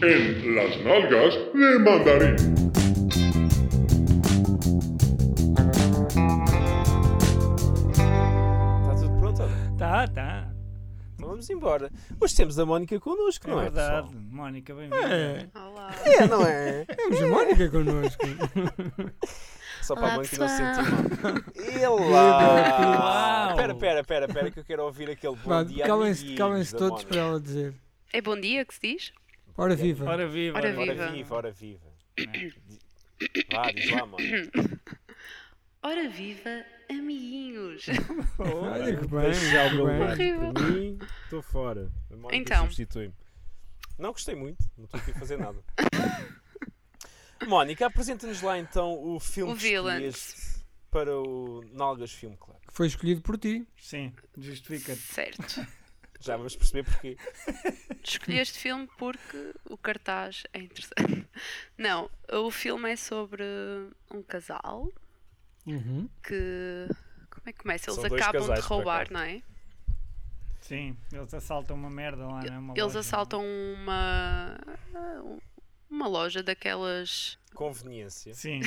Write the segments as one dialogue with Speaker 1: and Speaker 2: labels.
Speaker 1: Las nalgas de mandarim.
Speaker 2: Está tudo pronto? olha.
Speaker 3: Tá, tá.
Speaker 2: Então vamos embora. Hoje temos a Mónica connosco,
Speaker 3: É
Speaker 2: não é?
Speaker 3: verdade.
Speaker 2: pessoal?
Speaker 3: Mónica,
Speaker 4: É,
Speaker 3: bem-vinda.
Speaker 5: Olá.
Speaker 2: É, não é?
Speaker 4: temos a Mónica connosco.
Speaker 2: Só para a
Speaker 5: Olá,
Speaker 2: Mónica não se sentir
Speaker 5: pessoal.
Speaker 2: mal.
Speaker 3: Uau.
Speaker 2: Ela! Pera, pera, pera, pera, que eu quero ouvir aquele bom
Speaker 4: Vá,
Speaker 2: dia.
Speaker 4: Calem-se
Speaker 2: amiguinhos
Speaker 4: calem-se
Speaker 2: da
Speaker 4: todos
Speaker 2: Mónica.
Speaker 4: para ela dizer.
Speaker 5: É bom dia que se diz?
Speaker 4: Ora viva.
Speaker 3: Ora viva.
Speaker 5: Ora
Speaker 2: Ora
Speaker 5: Viva.
Speaker 2: viva, ora viva. Vá, diz lá, Mónica.
Speaker 5: Ora viva, amiguinhos!
Speaker 4: Olha que bem.
Speaker 2: Deixa já o meu lugar.
Speaker 4: que bem.
Speaker 5: Horrível.
Speaker 2: Por mim, estou fora. A Mónica
Speaker 5: Então.
Speaker 2: substitui-me. Não gostei muito, não estou aqui a fazer nada. Mónica, apresenta-nos lá então o filme
Speaker 5: O
Speaker 2: que
Speaker 5: Villains.
Speaker 2: escolheste para o Nalgas Film Club.
Speaker 4: Que foi escolhido por ti.
Speaker 3: Sim, justifica-te.
Speaker 5: Certo.
Speaker 2: Já vamos perceber porquê.
Speaker 5: Escolhi este filme porque o cartaz é interessante. Não, o filme é sobre um casal
Speaker 4: Uhum.
Speaker 5: que. Como é que começa? Eles
Speaker 2: São dois
Speaker 5: acabam
Speaker 2: casais,
Speaker 5: de
Speaker 2: por
Speaker 5: roubar,
Speaker 2: acaso.
Speaker 5: não é?
Speaker 3: Sim, eles assaltam uma merda lá, não é? Uma
Speaker 5: Eles
Speaker 3: loja.
Speaker 5: assaltam uma. Uma loja daquelas.
Speaker 2: Conveniência.
Speaker 3: Sim,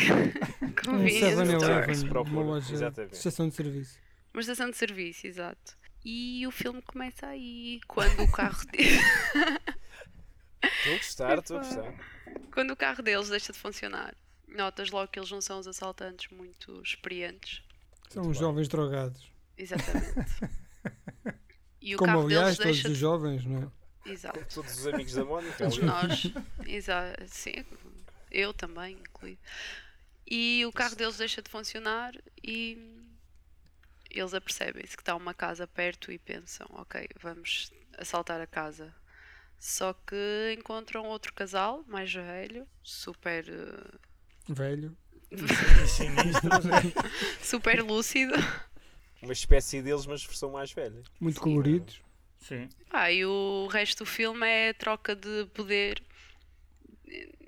Speaker 4: Um
Speaker 5: convenience stores.
Speaker 4: 7-Eleven,
Speaker 2: Se
Speaker 4: uma
Speaker 2: procura,
Speaker 4: loja de
Speaker 2: exatamente.
Speaker 4: estação de serviço.
Speaker 5: Uma estação de serviço, exato. E o filme começa aí, quando o carro dele-
Speaker 2: Estou a gostar, estou a gostar.
Speaker 5: Quando o carro deles deixa de funcionar, notas logo que eles não são os assaltantes muito experientes.
Speaker 4: São
Speaker 2: Muito
Speaker 4: os
Speaker 2: bem.
Speaker 4: jovens drogados.
Speaker 5: Exatamente. E o
Speaker 4: Como
Speaker 5: carro deles
Speaker 4: aliás todos
Speaker 5: deixa
Speaker 4: os
Speaker 5: de...
Speaker 4: jovens, não é?
Speaker 5: Exato.
Speaker 2: Todos os amigos da Mónica.
Speaker 5: Todos
Speaker 2: aliás.
Speaker 5: nós. Exato. Sim, eu também, incluído. E o carro deles deixa de funcionar e eles apercebem-se que está uma casa perto e pensam, ok, vamos assaltar a casa. Só que encontram outro casal, mais velho, super eh,
Speaker 4: Velho.
Speaker 3: sinistros.
Speaker 5: super lúcido.
Speaker 2: Uma espécie deles, mas versão mais velha.
Speaker 4: Muito coloridos.
Speaker 3: Sim.
Speaker 5: Pá, e o resto do filme é troca de poder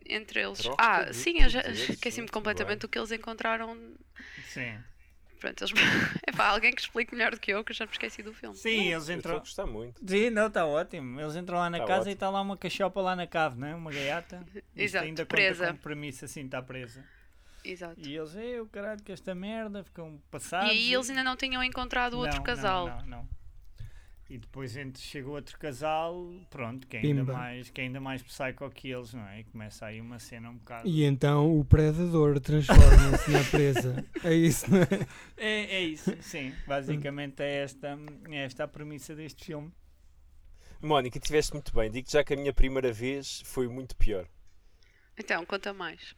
Speaker 5: entre eles.
Speaker 2: Troca
Speaker 5: ah,
Speaker 2: de
Speaker 5: sim, eu já
Speaker 2: poder,
Speaker 5: esqueci-me
Speaker 2: muito bem.
Speaker 5: completamente do que eles encontraram.
Speaker 3: Sim.
Speaker 5: Pronto, eles... é pá, alguém que explique melhor do que eu, que eu já me esqueci do filme.
Speaker 3: Sim, eles
Speaker 2: Eu estou a
Speaker 3: entram.
Speaker 2: gostar muito.
Speaker 3: Sim, não, está ótimo. Eles entram lá na
Speaker 2: Tá
Speaker 3: casa
Speaker 2: ótimo.
Speaker 3: e está lá uma cachopa lá na cave, não é? Uma gaiata. Isto
Speaker 5: Exato,
Speaker 3: ainda conta
Speaker 5: presa.
Speaker 3: como premissa, assim, está presa.
Speaker 5: Exato. E,
Speaker 3: E eles, ei, o caralho, que esta merda, ficam passados.
Speaker 5: aí eles ainda não tinham encontrado o outro
Speaker 3: Não,
Speaker 5: casal.
Speaker 3: Não, não, não. E depois entre, chega outro casal, pronto, que é ainda,
Speaker 4: Pimba.
Speaker 3: mais, que é ainda mais psycho que eles, não é? E começa aí uma cena um bocado.
Speaker 4: E então o predador transforma-se na presa. É isso, não é?
Speaker 3: É, é isso, sim. Basicamente é esta, é esta a premissa deste filme.
Speaker 2: Mónica, tiveste muito bem. Digo já que a minha primeira vez foi muito pior.
Speaker 5: Então, conta mais.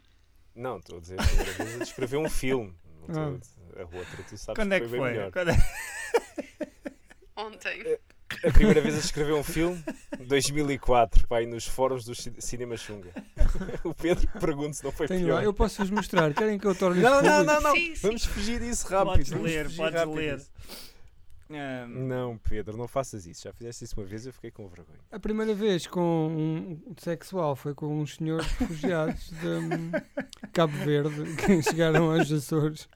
Speaker 2: Não, estou a dizer, a primeira vez eu descrever um filme. Não estou a
Speaker 4: Ah.
Speaker 2: dizer- a outra, tu sabes
Speaker 3: Quando é que
Speaker 2: bem
Speaker 3: foi?
Speaker 2: melhor.
Speaker 3: Quando é-
Speaker 5: Ontem.
Speaker 2: A primeira vez a descrever um filme, 2004, pai, nos fóruns do ci- Cinema Xunga. o Pedro pergunta se não foi
Speaker 4: Tenho
Speaker 2: pior.
Speaker 4: lá. Eu posso vos mostrar. Querem que eu torne
Speaker 2: Não,
Speaker 4: isto
Speaker 2: não,
Speaker 4: público?
Speaker 2: não, não.
Speaker 5: Sim, sim.
Speaker 2: Vamos fugir disso rápido.
Speaker 3: Podes
Speaker 2: vamos
Speaker 3: ler,
Speaker 2: fugir
Speaker 3: podes
Speaker 2: rápido
Speaker 3: ler.
Speaker 2: disso.
Speaker 3: Ahm,
Speaker 2: Não, Pedro, não faças isso. Já fizeste isso uma vez eu fiquei com vergonha.
Speaker 4: A primeira vez com um sexual foi com uns senhores refugiados de hum, Cabo Verde que chegaram aos Açores.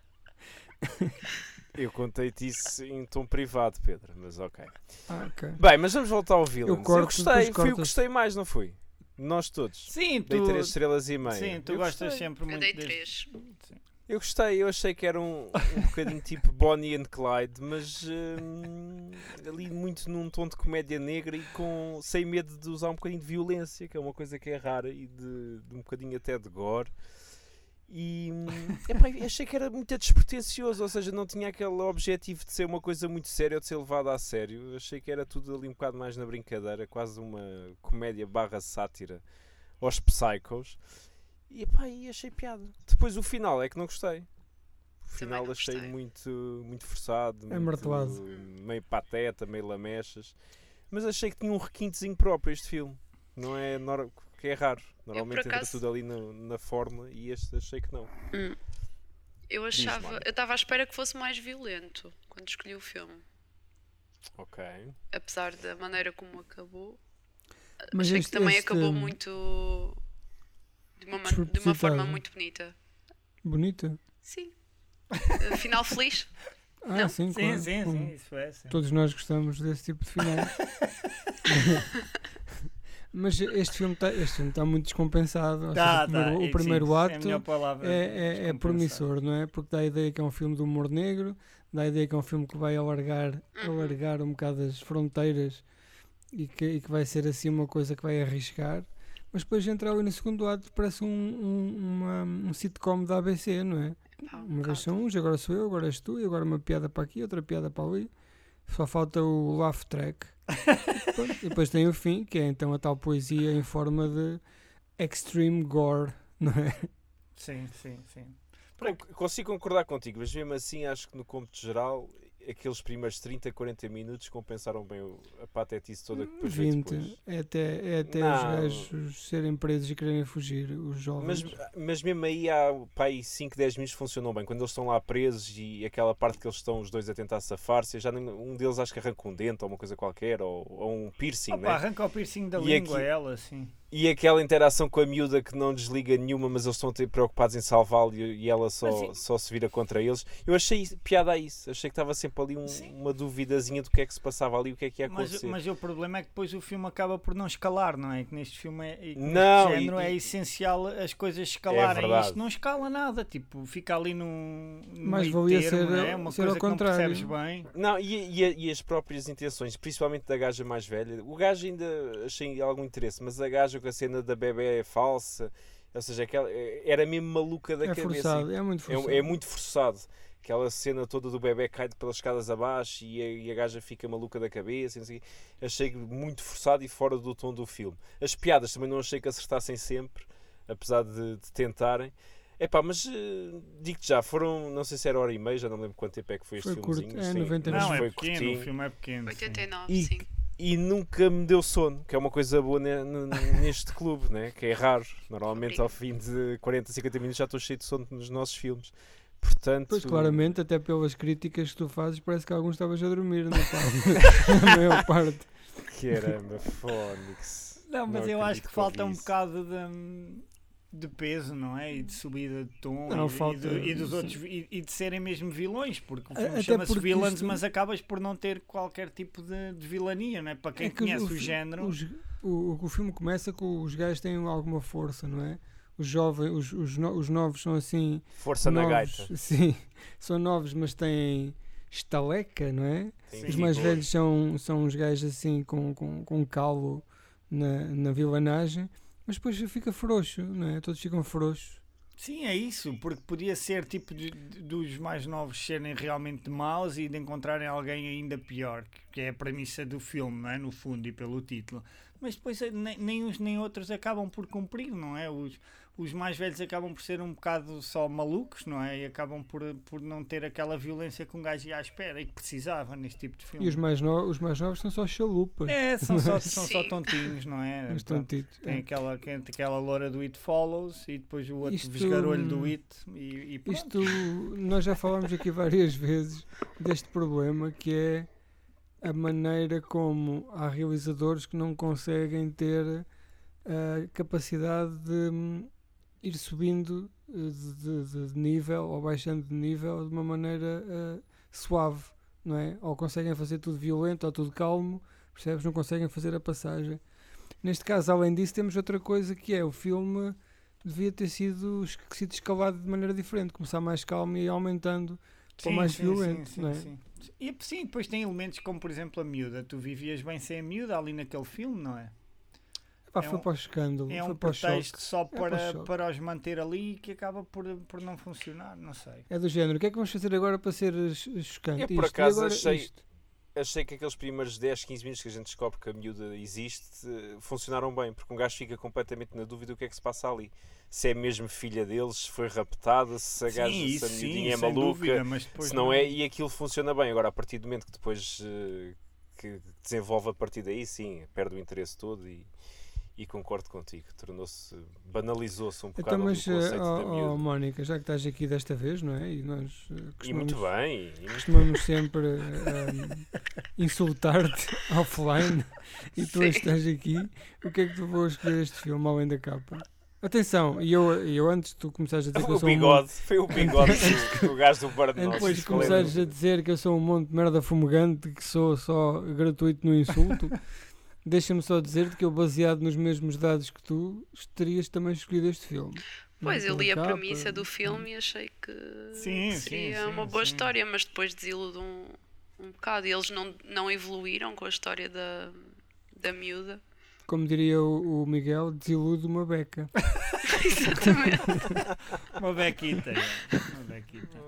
Speaker 2: Eu contei-te isso em tom privado, Pedro, mas ok.
Speaker 4: Ah, ok.
Speaker 2: Bem, mas vamos voltar ao Villains. Eu,
Speaker 4: corto,
Speaker 2: gostei,
Speaker 4: depois
Speaker 2: fui o que
Speaker 4: cortas.
Speaker 2: gostei mais, não fui? Nós todos.
Speaker 3: Sim,
Speaker 2: Dei
Speaker 3: tu,
Speaker 2: três estrelas e meia.
Speaker 3: sim, tu
Speaker 2: Eu
Speaker 3: gostas
Speaker 2: gostei.
Speaker 3: sempre
Speaker 5: Eu
Speaker 3: muito
Speaker 5: dei
Speaker 3: deste-
Speaker 5: três.
Speaker 2: Eu gostei, eu achei que era um, um bocadinho tipo Bonnie and Clyde, mas hum, ali muito num tom de comédia negra e com, sem medo de usar um bocadinho de violência, que é uma coisa que é rara, e de, de um bocadinho até de gore. E hum, epá, eu achei que era muito despretensioso, ou seja, não tinha aquele objetivo de ser uma coisa muito séria ou de ser levada a sério. Eu achei que era tudo ali um bocado mais na brincadeira, quase uma comédia barra sátira aos psychos. E pá, e achei piada. Depois o final é que não gostei. O final
Speaker 5: não
Speaker 2: achei
Speaker 5: gostei.
Speaker 2: muito, muito forçado, muito,
Speaker 4: martelado.
Speaker 2: meio pateta, meio lamechas. Mas achei que tinha um requintezinho próprio este filme. Não é nor- que é raro. Normalmente
Speaker 5: por
Speaker 2: entra
Speaker 5: acaso-
Speaker 2: tudo ali na, na forma e este achei que não.
Speaker 5: Eu
Speaker 2: Diz,
Speaker 5: achava.
Speaker 2: Mónica.
Speaker 5: Eu estava à espera que fosse mais violento quando escolhi o filme.
Speaker 2: Ok.
Speaker 5: Apesar da maneira como acabou.
Speaker 4: Mas
Speaker 5: Achei
Speaker 4: este-
Speaker 5: que também
Speaker 4: este,
Speaker 5: acabou
Speaker 4: hum,
Speaker 5: muito. De uma, man- de uma forma
Speaker 4: despropositado.
Speaker 5: muito bonita.
Speaker 4: Bonito.
Speaker 5: Sim. Eh, Final feliz.
Speaker 4: Ah,
Speaker 5: Não?
Speaker 4: sim,
Speaker 3: Sim,
Speaker 4: claro.
Speaker 3: sim, assim.
Speaker 4: Hum,
Speaker 3: sim, isso é. Sim.
Speaker 4: Todos nós gostamos desse tipo de final. Mas este filme está este filme tá muito descompensado. ou
Speaker 3: Tá,
Speaker 4: seja, o
Speaker 3: tá, é,
Speaker 4: primeiro, o primeiro
Speaker 3: sim, É a
Speaker 4: ato
Speaker 3: melhor palavra.
Speaker 4: é, é, é
Speaker 3: descompensado.
Speaker 4: promissor, não é? Porque dá a ideia que é um filme de humor negro, dá a ideia que é um filme que vai alargar,
Speaker 5: Uhum.
Speaker 4: alargar um bocado as fronteiras e que, e que vai ser assim uma coisa que vai arriscar. Mas depois entra ali no segundo ato, parece um, um, uma- um sitcom da ABC, não é?
Speaker 5: Pá, um
Speaker 4: Uma vez
Speaker 5: bocado.
Speaker 4: são uns, agora sou eu, agora és tu, e agora uma piada para aqui, outra piada para ali. Só falta o laugh track. E depois- e depois tem o fim, que é então a tal poesia em forma de extreme gore, não é?
Speaker 3: Sim, sim, sim.
Speaker 2: Con- Consigo concordar contigo, mas mesmo assim acho que no cômputo geral aqueles primeiros 30, 40 minutos compensaram bem o- a patetice toda que depois veio
Speaker 4: 20.
Speaker 2: depois.
Speaker 4: É até, é até os
Speaker 2: Não.
Speaker 4: gajos serem presos e quererem fugir, os
Speaker 2: Mas,
Speaker 4: jovens.
Speaker 2: mas mesmo aí há pá, aí 5, 10 minutos funcionam bem. Quando eles estão lá presos e aquela parte que eles estão os dois a tentar safar-se, já nem- um deles acho que arranca um dente ou uma coisa qualquer, ou, ou um piercing,
Speaker 3: Opa,
Speaker 2: né?
Speaker 3: arranca o piercing da
Speaker 2: E
Speaker 3: língua,
Speaker 2: aqui-
Speaker 3: ela, sim.
Speaker 2: E aquela interação com a miúda que não desliga nenhuma, mas eles estão a ter preocupados em salvá-lo e, e ela
Speaker 3: Mas
Speaker 2: só,
Speaker 3: sim.
Speaker 2: só se vira contra eles. Eu achei isso- piada a isso. Achei que estava sempre ali um-
Speaker 3: Sim.
Speaker 2: uma duvidazinha do que é que se passava ali, o que é que ia
Speaker 3: Mas,
Speaker 2: acontecer.
Speaker 3: mas o problema é que depois o filme acaba por não escalar, não é? Que neste filme é, e é que neste
Speaker 2: Não, e-
Speaker 3: género é
Speaker 2: e-
Speaker 3: essencial as coisas escalarem.
Speaker 2: verdade.
Speaker 3: Isto não escala nada, tipo, fica ali num. num
Speaker 4: Mas
Speaker 3: meio termo,
Speaker 4: valia ser- eh,
Speaker 3: não é? uma
Speaker 4: ser
Speaker 3: coisa
Speaker 4: ao
Speaker 3: que não
Speaker 4: contrário.
Speaker 3: percebes bem.
Speaker 2: Não, e, e- e as próprias intenções, principalmente da gaja mais velha. O gajo ainda achei algum interesse, mas a gaja com a cena da bebé é falsa, ou seja, aquela, era mesmo maluca da
Speaker 4: é
Speaker 2: cabeça.
Speaker 4: forçado, é muito forçado.
Speaker 2: É, é muito forçado. Aquela cena toda do bebê cai pelas escadas abaixo e a, e a gaja fica maluca da cabeça. e não sei o quê. Achei muito forçado e fora do tom do filme. As piadas também não achei que acertassem sempre, apesar de, de tentarem. Epá, mas eh, digo-te já, foram, não sei se era hora e meia, já não lembro quanto tempo é que foi este
Speaker 4: Foi curto,
Speaker 2: filmezinho.
Speaker 4: é,
Speaker 2: sim,
Speaker 4: 90
Speaker 2: mas
Speaker 4: minutos.
Speaker 3: Não, é
Speaker 2: foi
Speaker 3: pequeno,
Speaker 2: curtinho.
Speaker 3: o filme é
Speaker 4: um
Speaker 3: pequeno. sim.
Speaker 5: 89,
Speaker 2: E,
Speaker 5: sim.
Speaker 2: e nunca me deu sono, que é uma coisa boa ne- ne- neste clube, né? que é raro. Normalmente ao fim de 40, 50 minutos já estou cheio de sono nos nossos filmes. Portanto,
Speaker 4: Pois, claramente, até pelas críticas que tu fazes, parece que alguns estavas a dormir, não é? A maior parte.
Speaker 2: caramba, Fónix.
Speaker 3: Não, mas eu acho
Speaker 2: acredito
Speaker 3: que falta
Speaker 2: ouvi
Speaker 3: um
Speaker 2: isso.
Speaker 3: bocado de, de peso, não é? E de subida de tom
Speaker 4: Não,
Speaker 3: e, de- e,
Speaker 4: falta-
Speaker 3: do- e dos
Speaker 4: sim.
Speaker 3: outros e, e de serem mesmo vilões, porque o
Speaker 4: A-
Speaker 3: filme
Speaker 4: até
Speaker 3: chama-se
Speaker 4: porque
Speaker 3: Villains,
Speaker 4: isto-
Speaker 3: mas acabas por não ter qualquer tipo de, de vilania, não é? Para quem
Speaker 4: É que
Speaker 3: conhece o,
Speaker 4: fi-
Speaker 3: género.
Speaker 4: os- o, o filme começa com os gajos têm alguma força, não é? Os jovens, os, os, no- os novos são assim.
Speaker 2: Força na
Speaker 4: novos,
Speaker 2: gaita.
Speaker 4: Sim, são novos, mas têm estaleca, não é?
Speaker 2: Tem
Speaker 4: Os
Speaker 3: Sim.
Speaker 4: mais
Speaker 2: vigor.
Speaker 4: velhos são, são uns gajos assim com, com, com calo na, na vilanagem, mas depois fica frouxo, não é? Todos ficam frouxos.
Speaker 3: Sim, é isso, porque podia ser tipo de- de- dos mais novos serem realmente maus e de encontrarem alguém ainda pior, que- que é a premissa do filme, não é? No fundo, e pelo título. Mas depois eh, nem, nem uns nem outros acabam por cumprir, não é? Os, os mais velhos acabam por ser um bocado só malucos, não é? E acabam por, por não ter aquela violência que um gajo ia à espera e que precisava neste tipo de filme.
Speaker 4: E os mais, no, os mais novos são só chalupas,
Speaker 3: É, são só, são só
Speaker 5: Sim.
Speaker 3: tontinhos, não é?
Speaker 4: uns
Speaker 3: Pronto.
Speaker 4: tontitos.
Speaker 3: Tem aquela, tem aquela loura do It Follows e depois o outro
Speaker 4: Isto-
Speaker 3: vesgarolho do It e, e pronto.
Speaker 4: Isto, nós já falámos aqui várias vezes deste problema que é a maneira como há realizadores que não conseguem ter a capacidade de hum, ir subindo eh, de, de- de nível ou baixando de nível de uma maneira eh, suave, não é? Ou conseguem fazer tudo violento ou tudo calmo, percebes? Não conseguem fazer a passagem. Neste caso, além disso, temos outra coisa que é o filme devia ter sido, es- sido escalado de maneira diferente, começar mais calmo e ir aumentando. Ou mais violento,
Speaker 3: sim,
Speaker 4: não é?
Speaker 3: sim. E sim, depois tem elementos como, por exemplo, a miúda. Tu vivias bem sem a miúda ali naquele filme, não é?
Speaker 4: Pá,
Speaker 3: É
Speaker 4: foi
Speaker 3: um-
Speaker 4: para o escândalo,
Speaker 3: É
Speaker 4: foi
Speaker 3: um
Speaker 4: para o choque. É
Speaker 3: pretexto só
Speaker 4: para o
Speaker 3: para,
Speaker 4: choque.
Speaker 3: para os manter ali que acaba por, por não funcionar, não sei.
Speaker 4: É do género, o que é que vamos fazer agora para ser eh, ch- chocante?
Speaker 2: Eu, por
Speaker 4: Isto, e
Speaker 2: acaso,
Speaker 4: agora
Speaker 2: achei- um
Speaker 4: isto.
Speaker 2: Achei que aqueles primeiros 10, 15 minutos que a gente descobre que a miúda existe eh, funcionaram bem, porque um gajo fica completamente na dúvida do que é que se passa ali. Se é mesmo filha deles, se foi raptada, se a gaja, se a miudinha é
Speaker 3: sem
Speaker 2: maluca,
Speaker 3: dúvida, mas depois
Speaker 2: se não é, e aquilo funciona bem. Agora, a partir do momento que depois eh, que desenvolve a partir daí, sim, perde o interesse todo e, e concordo contigo. Tornou-se, banalizou-se um bocado
Speaker 4: Então,
Speaker 2: ali
Speaker 4: mas,
Speaker 2: o
Speaker 4: eh,
Speaker 2: conceito da
Speaker 4: ó- ó,
Speaker 2: miúda.
Speaker 4: Mónica, já que estás aqui desta vez, não é? E nós eh,
Speaker 2: e
Speaker 4: costumamos,
Speaker 2: muito bem. e muito-
Speaker 4: costumamos sempre eh, um, insultar-te offline e tu
Speaker 5: Sim.
Speaker 4: hoje estás aqui, o que é que tu vou escolher este filme além da capa? Atenção, e eu, e eu antes de tu começares a dizer que eu
Speaker 2: O
Speaker 4: sou um
Speaker 2: bigode, foi o bigode do, do gajo do bar de
Speaker 4: Antes
Speaker 2: nós.
Speaker 4: de
Speaker 2: Qual é o
Speaker 4: começares
Speaker 2: nome?
Speaker 4: a dizer que eu sou um monte de merda fumegante, que sou só gratuito no insulto, Deixa-me só dizer-te que eu, baseado nos mesmos dados que tu, terias também escolhido este filme.
Speaker 5: Pois,
Speaker 4: Não é
Speaker 5: eu li a
Speaker 4: pela capa,
Speaker 5: premissa do filme e achei que
Speaker 3: Sim, sim,
Speaker 5: seria
Speaker 3: sim,
Speaker 5: uma boa
Speaker 3: sim.
Speaker 5: história, mas depois desiludo um, um bocado. E eles não, não evoluíram com a história da, da miúda.
Speaker 4: Como diria o, o Miguel, desilude uma beca.
Speaker 5: Exatamente.
Speaker 3: Uma bequita. é. Uma bequita.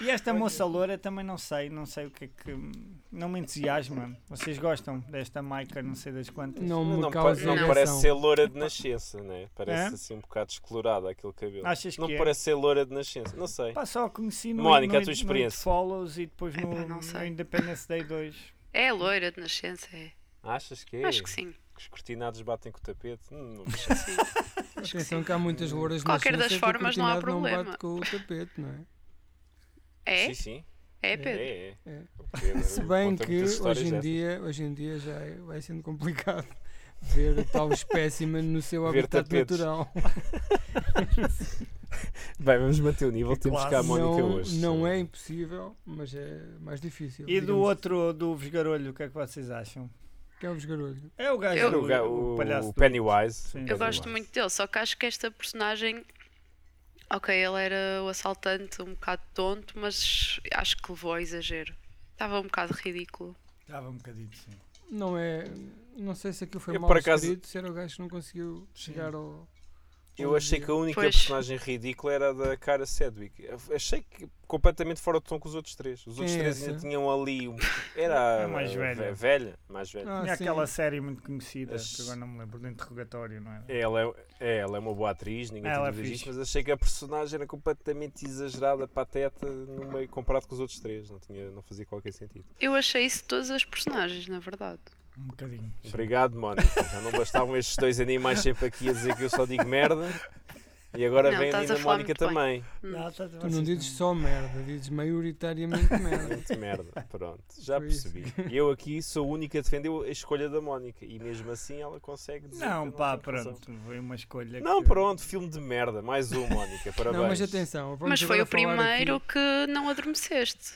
Speaker 3: E esta moça loura também não sei, não sei o que é que. Não me entusiasma. Vocês gostam desta Maica, não sei das quantas?
Speaker 4: Não
Speaker 2: Não,
Speaker 4: me
Speaker 2: pa-
Speaker 4: causa
Speaker 2: não
Speaker 4: ereção.
Speaker 2: parece ser loura de nascença, né? Parece
Speaker 3: É?
Speaker 2: assim um bocado descolorado aquele cabelo.
Speaker 3: Achas que
Speaker 2: não
Speaker 3: é?
Speaker 2: parece ser loura de nascença, não sei.
Speaker 3: Pá, só a conheci no,
Speaker 2: Mónica,
Speaker 3: no,
Speaker 2: a tua
Speaker 3: no
Speaker 2: experiência.
Speaker 3: It Follows e depois
Speaker 4: É
Speaker 3: no,
Speaker 5: Epá, não
Speaker 3: no
Speaker 5: sei.
Speaker 3: Independence Day 2.
Speaker 5: É loira de nascença, é.
Speaker 2: Achas que é?
Speaker 5: Acho que sim.
Speaker 2: Que os cortinados batem com o tapete? Hum, não me
Speaker 5: sim. Acho que
Speaker 4: Atenção
Speaker 5: sim.
Speaker 4: que há muitas louras
Speaker 5: Qualquer das
Speaker 4: nascença que o
Speaker 5: formas, não há
Speaker 4: cortinado
Speaker 5: problema.
Speaker 4: bate com o tapete, não é?
Speaker 5: É?
Speaker 2: Sim, sim.
Speaker 5: É,
Speaker 2: É,
Speaker 5: Pedro?
Speaker 2: é.
Speaker 4: É.
Speaker 2: O Pedro
Speaker 4: Se bem
Speaker 2: conta
Speaker 4: que
Speaker 2: muitas histórias
Speaker 4: hoje em,
Speaker 2: dessas.
Speaker 4: dia, hoje em dia já é- vai sendo complicado ver o tal espécime no seu
Speaker 2: Ver
Speaker 4: habitat
Speaker 2: tapetes.
Speaker 4: natural.
Speaker 2: Bem, vamos manter o nível, temos
Speaker 3: Classe.
Speaker 2: cá a Mónica
Speaker 4: Não,
Speaker 2: hoje.
Speaker 4: não é impossível, mas é mais difícil.
Speaker 3: E do
Speaker 4: digamos,
Speaker 3: outro, do Vesgarolho, o que é que vocês acham?
Speaker 4: Que é o esgarolho.
Speaker 3: É o gajo,
Speaker 5: Eu-
Speaker 3: do-
Speaker 2: O, ga-
Speaker 3: o
Speaker 2: o-
Speaker 3: palhaço.
Speaker 2: o
Speaker 3: do-
Speaker 2: Pennywise.
Speaker 3: Sim.
Speaker 5: Eu
Speaker 2: Pennywise.
Speaker 5: gosto muito dele, só que acho que esta personagem. Ok, ele era o assaltante um bocado tonto, mas acho que levou a exagero. Estava um bocado ridículo.
Speaker 3: Estava um bocadinho, sim.
Speaker 4: Não é. Não sei se aquilo foi
Speaker 2: Eu,
Speaker 4: mal
Speaker 2: por acaso-
Speaker 4: escrito, se era o gajo que não conseguiu chegar ao.
Speaker 2: Eu achei que a única
Speaker 5: Pois.
Speaker 2: personagem ridícula era a da cara Sedwick. Achei que completamente fora de tom com os outros três. Os
Speaker 4: Quem
Speaker 2: outros
Speaker 4: é
Speaker 2: três ainda
Speaker 4: essa?
Speaker 2: tinham ali. um- Era
Speaker 3: É mais
Speaker 2: a- a
Speaker 3: velha.
Speaker 2: velha, mais velha.
Speaker 4: Ah,
Speaker 3: Tinha
Speaker 4: sim.
Speaker 3: aquela série muito conhecida,
Speaker 2: As-
Speaker 3: que agora não me lembro, do interrogatório, não é?
Speaker 2: Ela é, é, ela é uma boa atriz, ninguém
Speaker 3: Ela
Speaker 2: tem
Speaker 3: é
Speaker 2: dúvidas
Speaker 3: fixe.
Speaker 2: disso, mas achei que a personagem era completamente exagerada, pateta, no meio, comparado com os outros três. Não, tinha, não fazia qualquer sentido.
Speaker 5: Eu achei isso de todas as personagens, na verdade.
Speaker 3: Um bocadinho.
Speaker 2: Obrigado, Mónica. Já não bastavam estes dois animais sempre aqui a dizer que eu só digo merda. E agora
Speaker 5: Não,
Speaker 2: vem
Speaker 5: estás
Speaker 2: ainda
Speaker 5: a
Speaker 2: a
Speaker 5: falar
Speaker 2: Mónica
Speaker 5: muito
Speaker 2: também.
Speaker 3: Não, tá-
Speaker 4: Tu
Speaker 3: vocês
Speaker 4: não dizes só merda, dizes maioritariamente merda.
Speaker 2: Muito merda. Pronto, já
Speaker 4: Foi isso.
Speaker 2: percebi. E eu aqui sou o único a defender a escolha da Mónica. E mesmo assim ela consegue dizer. que
Speaker 3: Não,
Speaker 2: eu
Speaker 3: pá,
Speaker 2: tenho razão.
Speaker 3: pronto. Foi uma escolha.
Speaker 2: Não,
Speaker 3: que-
Speaker 2: pronto, filme de merda. Mais um, Mónica. Parabéns.
Speaker 4: Não, mas atenção. vamos
Speaker 5: mas foi
Speaker 4: agora
Speaker 5: o
Speaker 4: falar aqui-
Speaker 5: primeiro que não adormeceste.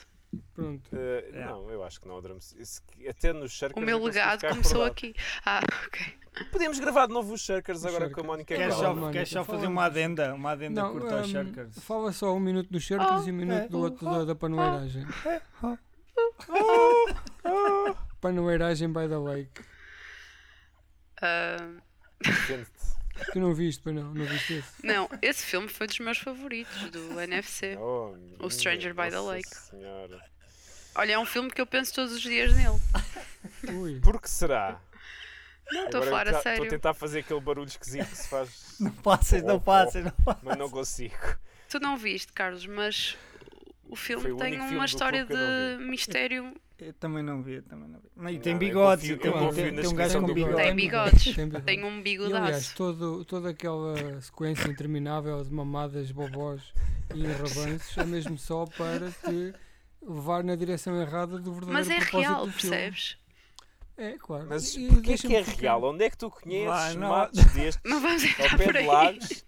Speaker 4: Pronto.
Speaker 2: Eh,
Speaker 3: É.
Speaker 2: Não, eu acho que não adormeci. Esse- Até nos Shirkers.
Speaker 5: O
Speaker 2: eu
Speaker 5: meu
Speaker 2: consegui
Speaker 5: legado
Speaker 2: ficar
Speaker 5: começou
Speaker 2: acordado.
Speaker 5: aqui. Ah, ok.
Speaker 2: Podemos gravar de novo os Shirkers
Speaker 4: Os
Speaker 2: agora com
Speaker 4: Shirkers. É
Speaker 2: a Mónica
Speaker 3: Queres
Speaker 4: Fala,
Speaker 3: só,
Speaker 2: Cabral.
Speaker 4: Mónica,
Speaker 3: queres só
Speaker 4: fala.
Speaker 3: fazer uma adenda? Uma adenda
Speaker 4: Não,
Speaker 3: curta aos
Speaker 4: hum,
Speaker 3: Shirkers?
Speaker 4: fala só um minuto dos Shirkers
Speaker 5: Oh,
Speaker 4: e um minuto
Speaker 3: é.
Speaker 4: do outro da, da panoeiragem. panoeiragem by the lake.
Speaker 5: Ah,
Speaker 2: Gente.
Speaker 4: Tu não viste, pois não? Não viste esse?
Speaker 5: não, esse filme foi dos meus favoritos do NFC.
Speaker 2: Oh, minha
Speaker 5: É. Stranger by the
Speaker 2: Nossa
Speaker 5: Lake.
Speaker 2: Senhora.
Speaker 5: Olha, é um filme que eu penso todos os dias nele.
Speaker 4: Ui.
Speaker 2: Por que será?
Speaker 5: Estou
Speaker 2: Agora
Speaker 5: a falar a
Speaker 2: tá-
Speaker 5: sério.
Speaker 2: Estou a tentar fazer aquele barulho esquisito que se faz,
Speaker 3: Não passas, não
Speaker 2: Oh,
Speaker 3: passas, não passas.
Speaker 2: mas não consigo.
Speaker 5: Tu não viste, Carlos, mas o filme
Speaker 2: Foi o
Speaker 5: tem
Speaker 2: único
Speaker 5: uma
Speaker 2: filme do
Speaker 5: história
Speaker 2: clube que eu
Speaker 5: de
Speaker 2: não Uhum.
Speaker 5: mistério.
Speaker 3: Eu também não vi, eu também não vi. Não, e
Speaker 2: Não,
Speaker 3: tem
Speaker 2: eu
Speaker 3: bigodes,
Speaker 2: confio-
Speaker 3: tem,
Speaker 2: eu
Speaker 3: um-
Speaker 2: confio
Speaker 3: tem,
Speaker 2: na
Speaker 3: tem um gajo
Speaker 2: descrição
Speaker 3: com
Speaker 2: do
Speaker 3: bigode.
Speaker 2: bigode.
Speaker 5: Tem bigodes.
Speaker 4: Tem bigode.
Speaker 5: Tem um
Speaker 4: E, aliás,
Speaker 5: bigodaço.
Speaker 4: todo, toda aquela sequência interminável de mamadas, bobós e rabanços é mesmo só para te levar na direção errada do verdadeiro
Speaker 5: Mas é
Speaker 4: propósito
Speaker 5: real,
Speaker 4: do filme.
Speaker 5: percebes?
Speaker 4: É, claro.
Speaker 2: Mas
Speaker 4: E- e
Speaker 2: porquê é que
Speaker 4: deixa-me
Speaker 2: é
Speaker 4: ficar-
Speaker 2: real? Onde é que tu conheces
Speaker 3: Vai, não.
Speaker 2: matos destes
Speaker 5: Não vamos
Speaker 2: ao
Speaker 5: entrar
Speaker 2: É pé
Speaker 5: por
Speaker 2: de
Speaker 5: aí.
Speaker 2: lagos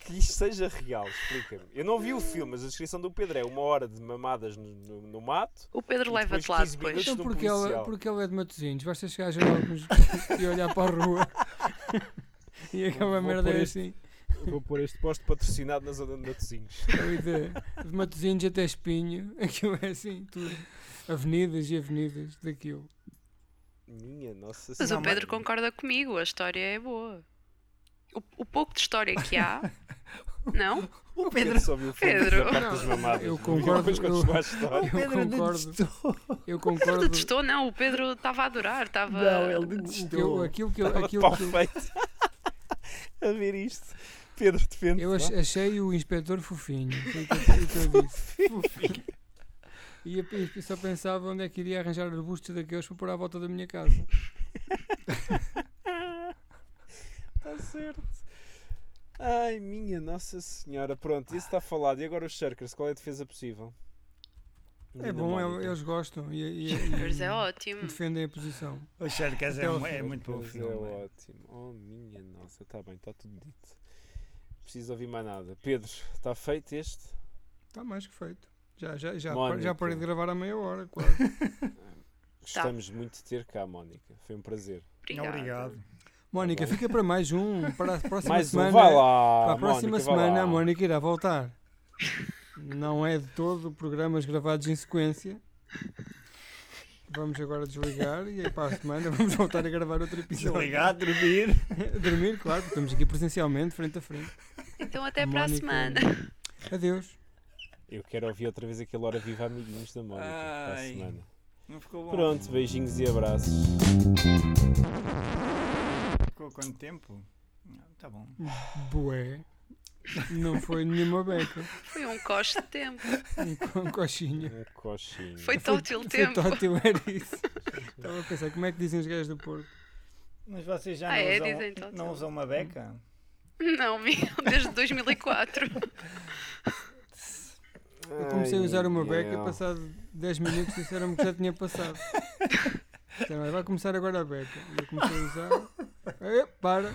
Speaker 2: que isto seja real? Explica-me. Eu não vi o filme, mas a descrição do Pedro é uma hora de mamadas no, no- no mato.
Speaker 5: O Pedro
Speaker 2: E
Speaker 5: leva-te
Speaker 2: depois
Speaker 5: lá
Speaker 2: 15
Speaker 5: depois.
Speaker 2: minutos.
Speaker 4: Então
Speaker 2: de um
Speaker 4: porque ela,
Speaker 2: policial.
Speaker 4: porque ela é de Matosinhos, basta chegar a Jardins e olhar para a rua e aquela
Speaker 2: Vou
Speaker 4: merda
Speaker 2: pôr
Speaker 4: é
Speaker 2: este-
Speaker 4: assim.
Speaker 2: Vou pôr este posto patrocinado na zona de Matosinhos.
Speaker 4: Ali De, de Matosinhos até Espinho, aquilo é assim, tudo. Avenidas e avenidas daquilo.
Speaker 2: Minha nossa
Speaker 5: Mas
Speaker 2: senhora.
Speaker 5: o Pedro concorda comigo, a história é boa. O, o pouco de história que há. não?
Speaker 3: O
Speaker 2: Pedro
Speaker 3: Pedro,
Speaker 2: só viu o filme
Speaker 5: Pedro.
Speaker 2: da parte das
Speaker 4: Não,
Speaker 2: mamadas.
Speaker 4: eu
Speaker 2: Não viu
Speaker 4: concordo,
Speaker 2: depois quando
Speaker 4: eu-
Speaker 2: chegou à história.
Speaker 4: Eu
Speaker 3: o Pedro
Speaker 4: concordo.
Speaker 3: detestou.
Speaker 4: Eu
Speaker 5: Ele
Speaker 4: concordo.
Speaker 5: detestou, não. O Pedro estava a adorar, estava.
Speaker 3: Não, ele
Speaker 4: O que eu,
Speaker 3: detestou.
Speaker 4: aquilo que eu,
Speaker 2: Estava
Speaker 4: aquilo
Speaker 2: pau
Speaker 4: que eu-
Speaker 2: feito a ver isto. Pedro defende.
Speaker 4: eu
Speaker 2: vá.
Speaker 4: ach- achei o inspetor fofinho. Foi o que eu- foi o que eu disse. E eu- eu só pensava onde é que iria arranjar arbustos daqueles para pôr à volta da minha casa.
Speaker 2: Está Tá certo. Ai, minha Nossa Senhora. Pronto, isso está falado. E agora os Shirkers, qual é a defesa possível?
Speaker 4: É
Speaker 2: Menina
Speaker 4: bom,
Speaker 2: Mónica.
Speaker 4: eles gostam e- e-
Speaker 5: Mas é
Speaker 4: e
Speaker 5: ótimo.
Speaker 4: defendem a posição.
Speaker 3: O Shirkers é,
Speaker 4: Até
Speaker 3: um-
Speaker 4: ao
Speaker 3: é
Speaker 2: Shirkers
Speaker 3: muito bom
Speaker 2: É
Speaker 3: filme.
Speaker 2: ótimo. Oh, minha Nossa. Está bem, está tudo dito. Preciso ouvir mais nada. Pedro, está feito este?
Speaker 4: Está Tá mais que feito. Já, já, já,
Speaker 2: Mónica. Tá
Speaker 4: já parei de gravar há meia hora, quase.
Speaker 2: Gostamos muito de ter cá, Mónica. Foi um prazer.
Speaker 5: Obrigada.
Speaker 3: Obrigado.
Speaker 4: Mónica, fica para mais um. Para a próxima
Speaker 2: Mais um,
Speaker 4: semana.
Speaker 2: vai lá.
Speaker 4: para a próxima
Speaker 2: Mónica, vai
Speaker 4: semana
Speaker 2: lá.
Speaker 4: a Mónica irá voltar. Não é de todo programas gravados em sequência. Vamos agora desligar e aí para a semana vamos voltar a gravar outro episódio.
Speaker 3: Obrigado, dormir.
Speaker 4: Dormir, claro, porque estamos aqui presencialmente, frente a frente.
Speaker 5: Então até para a
Speaker 4: Mónica.
Speaker 5: semana.
Speaker 4: Adeus.
Speaker 2: Eu quero ouvir outra vez aquele Hora Viva Amiguinhos da Mónica. Para a
Speaker 3: Ai.
Speaker 2: semana.
Speaker 3: Não ficou bom?
Speaker 2: Pronto, beijinhos e abraços.
Speaker 3: Ficou quanto tempo? Não, tá bom.
Speaker 4: Bué. Não foi nenhuma beca.
Speaker 5: Foi um coste de tempo.
Speaker 4: Com coxinha.
Speaker 2: Um coxinho.
Speaker 5: Foi tótil o
Speaker 4: Foi
Speaker 5: tempo.
Speaker 4: tótil, era isso. Estava a pensar, como é que dizem os gajos do Porto?
Speaker 3: Mas vocês já
Speaker 5: Ah,
Speaker 3: não,
Speaker 5: é,
Speaker 3: usam,
Speaker 5: dizem então,
Speaker 3: não
Speaker 5: tá.
Speaker 3: usam uma beca?
Speaker 5: Não, meu, desde 2004.
Speaker 4: Eu comecei a usar uma
Speaker 2: Ai,
Speaker 4: beca,
Speaker 2: Miguel.
Speaker 4: passado 10 minutos disseram-me que já tinha passado. Disseram, "Olha, vai começar agora a beca. E eu comecei a usar. Eh, para!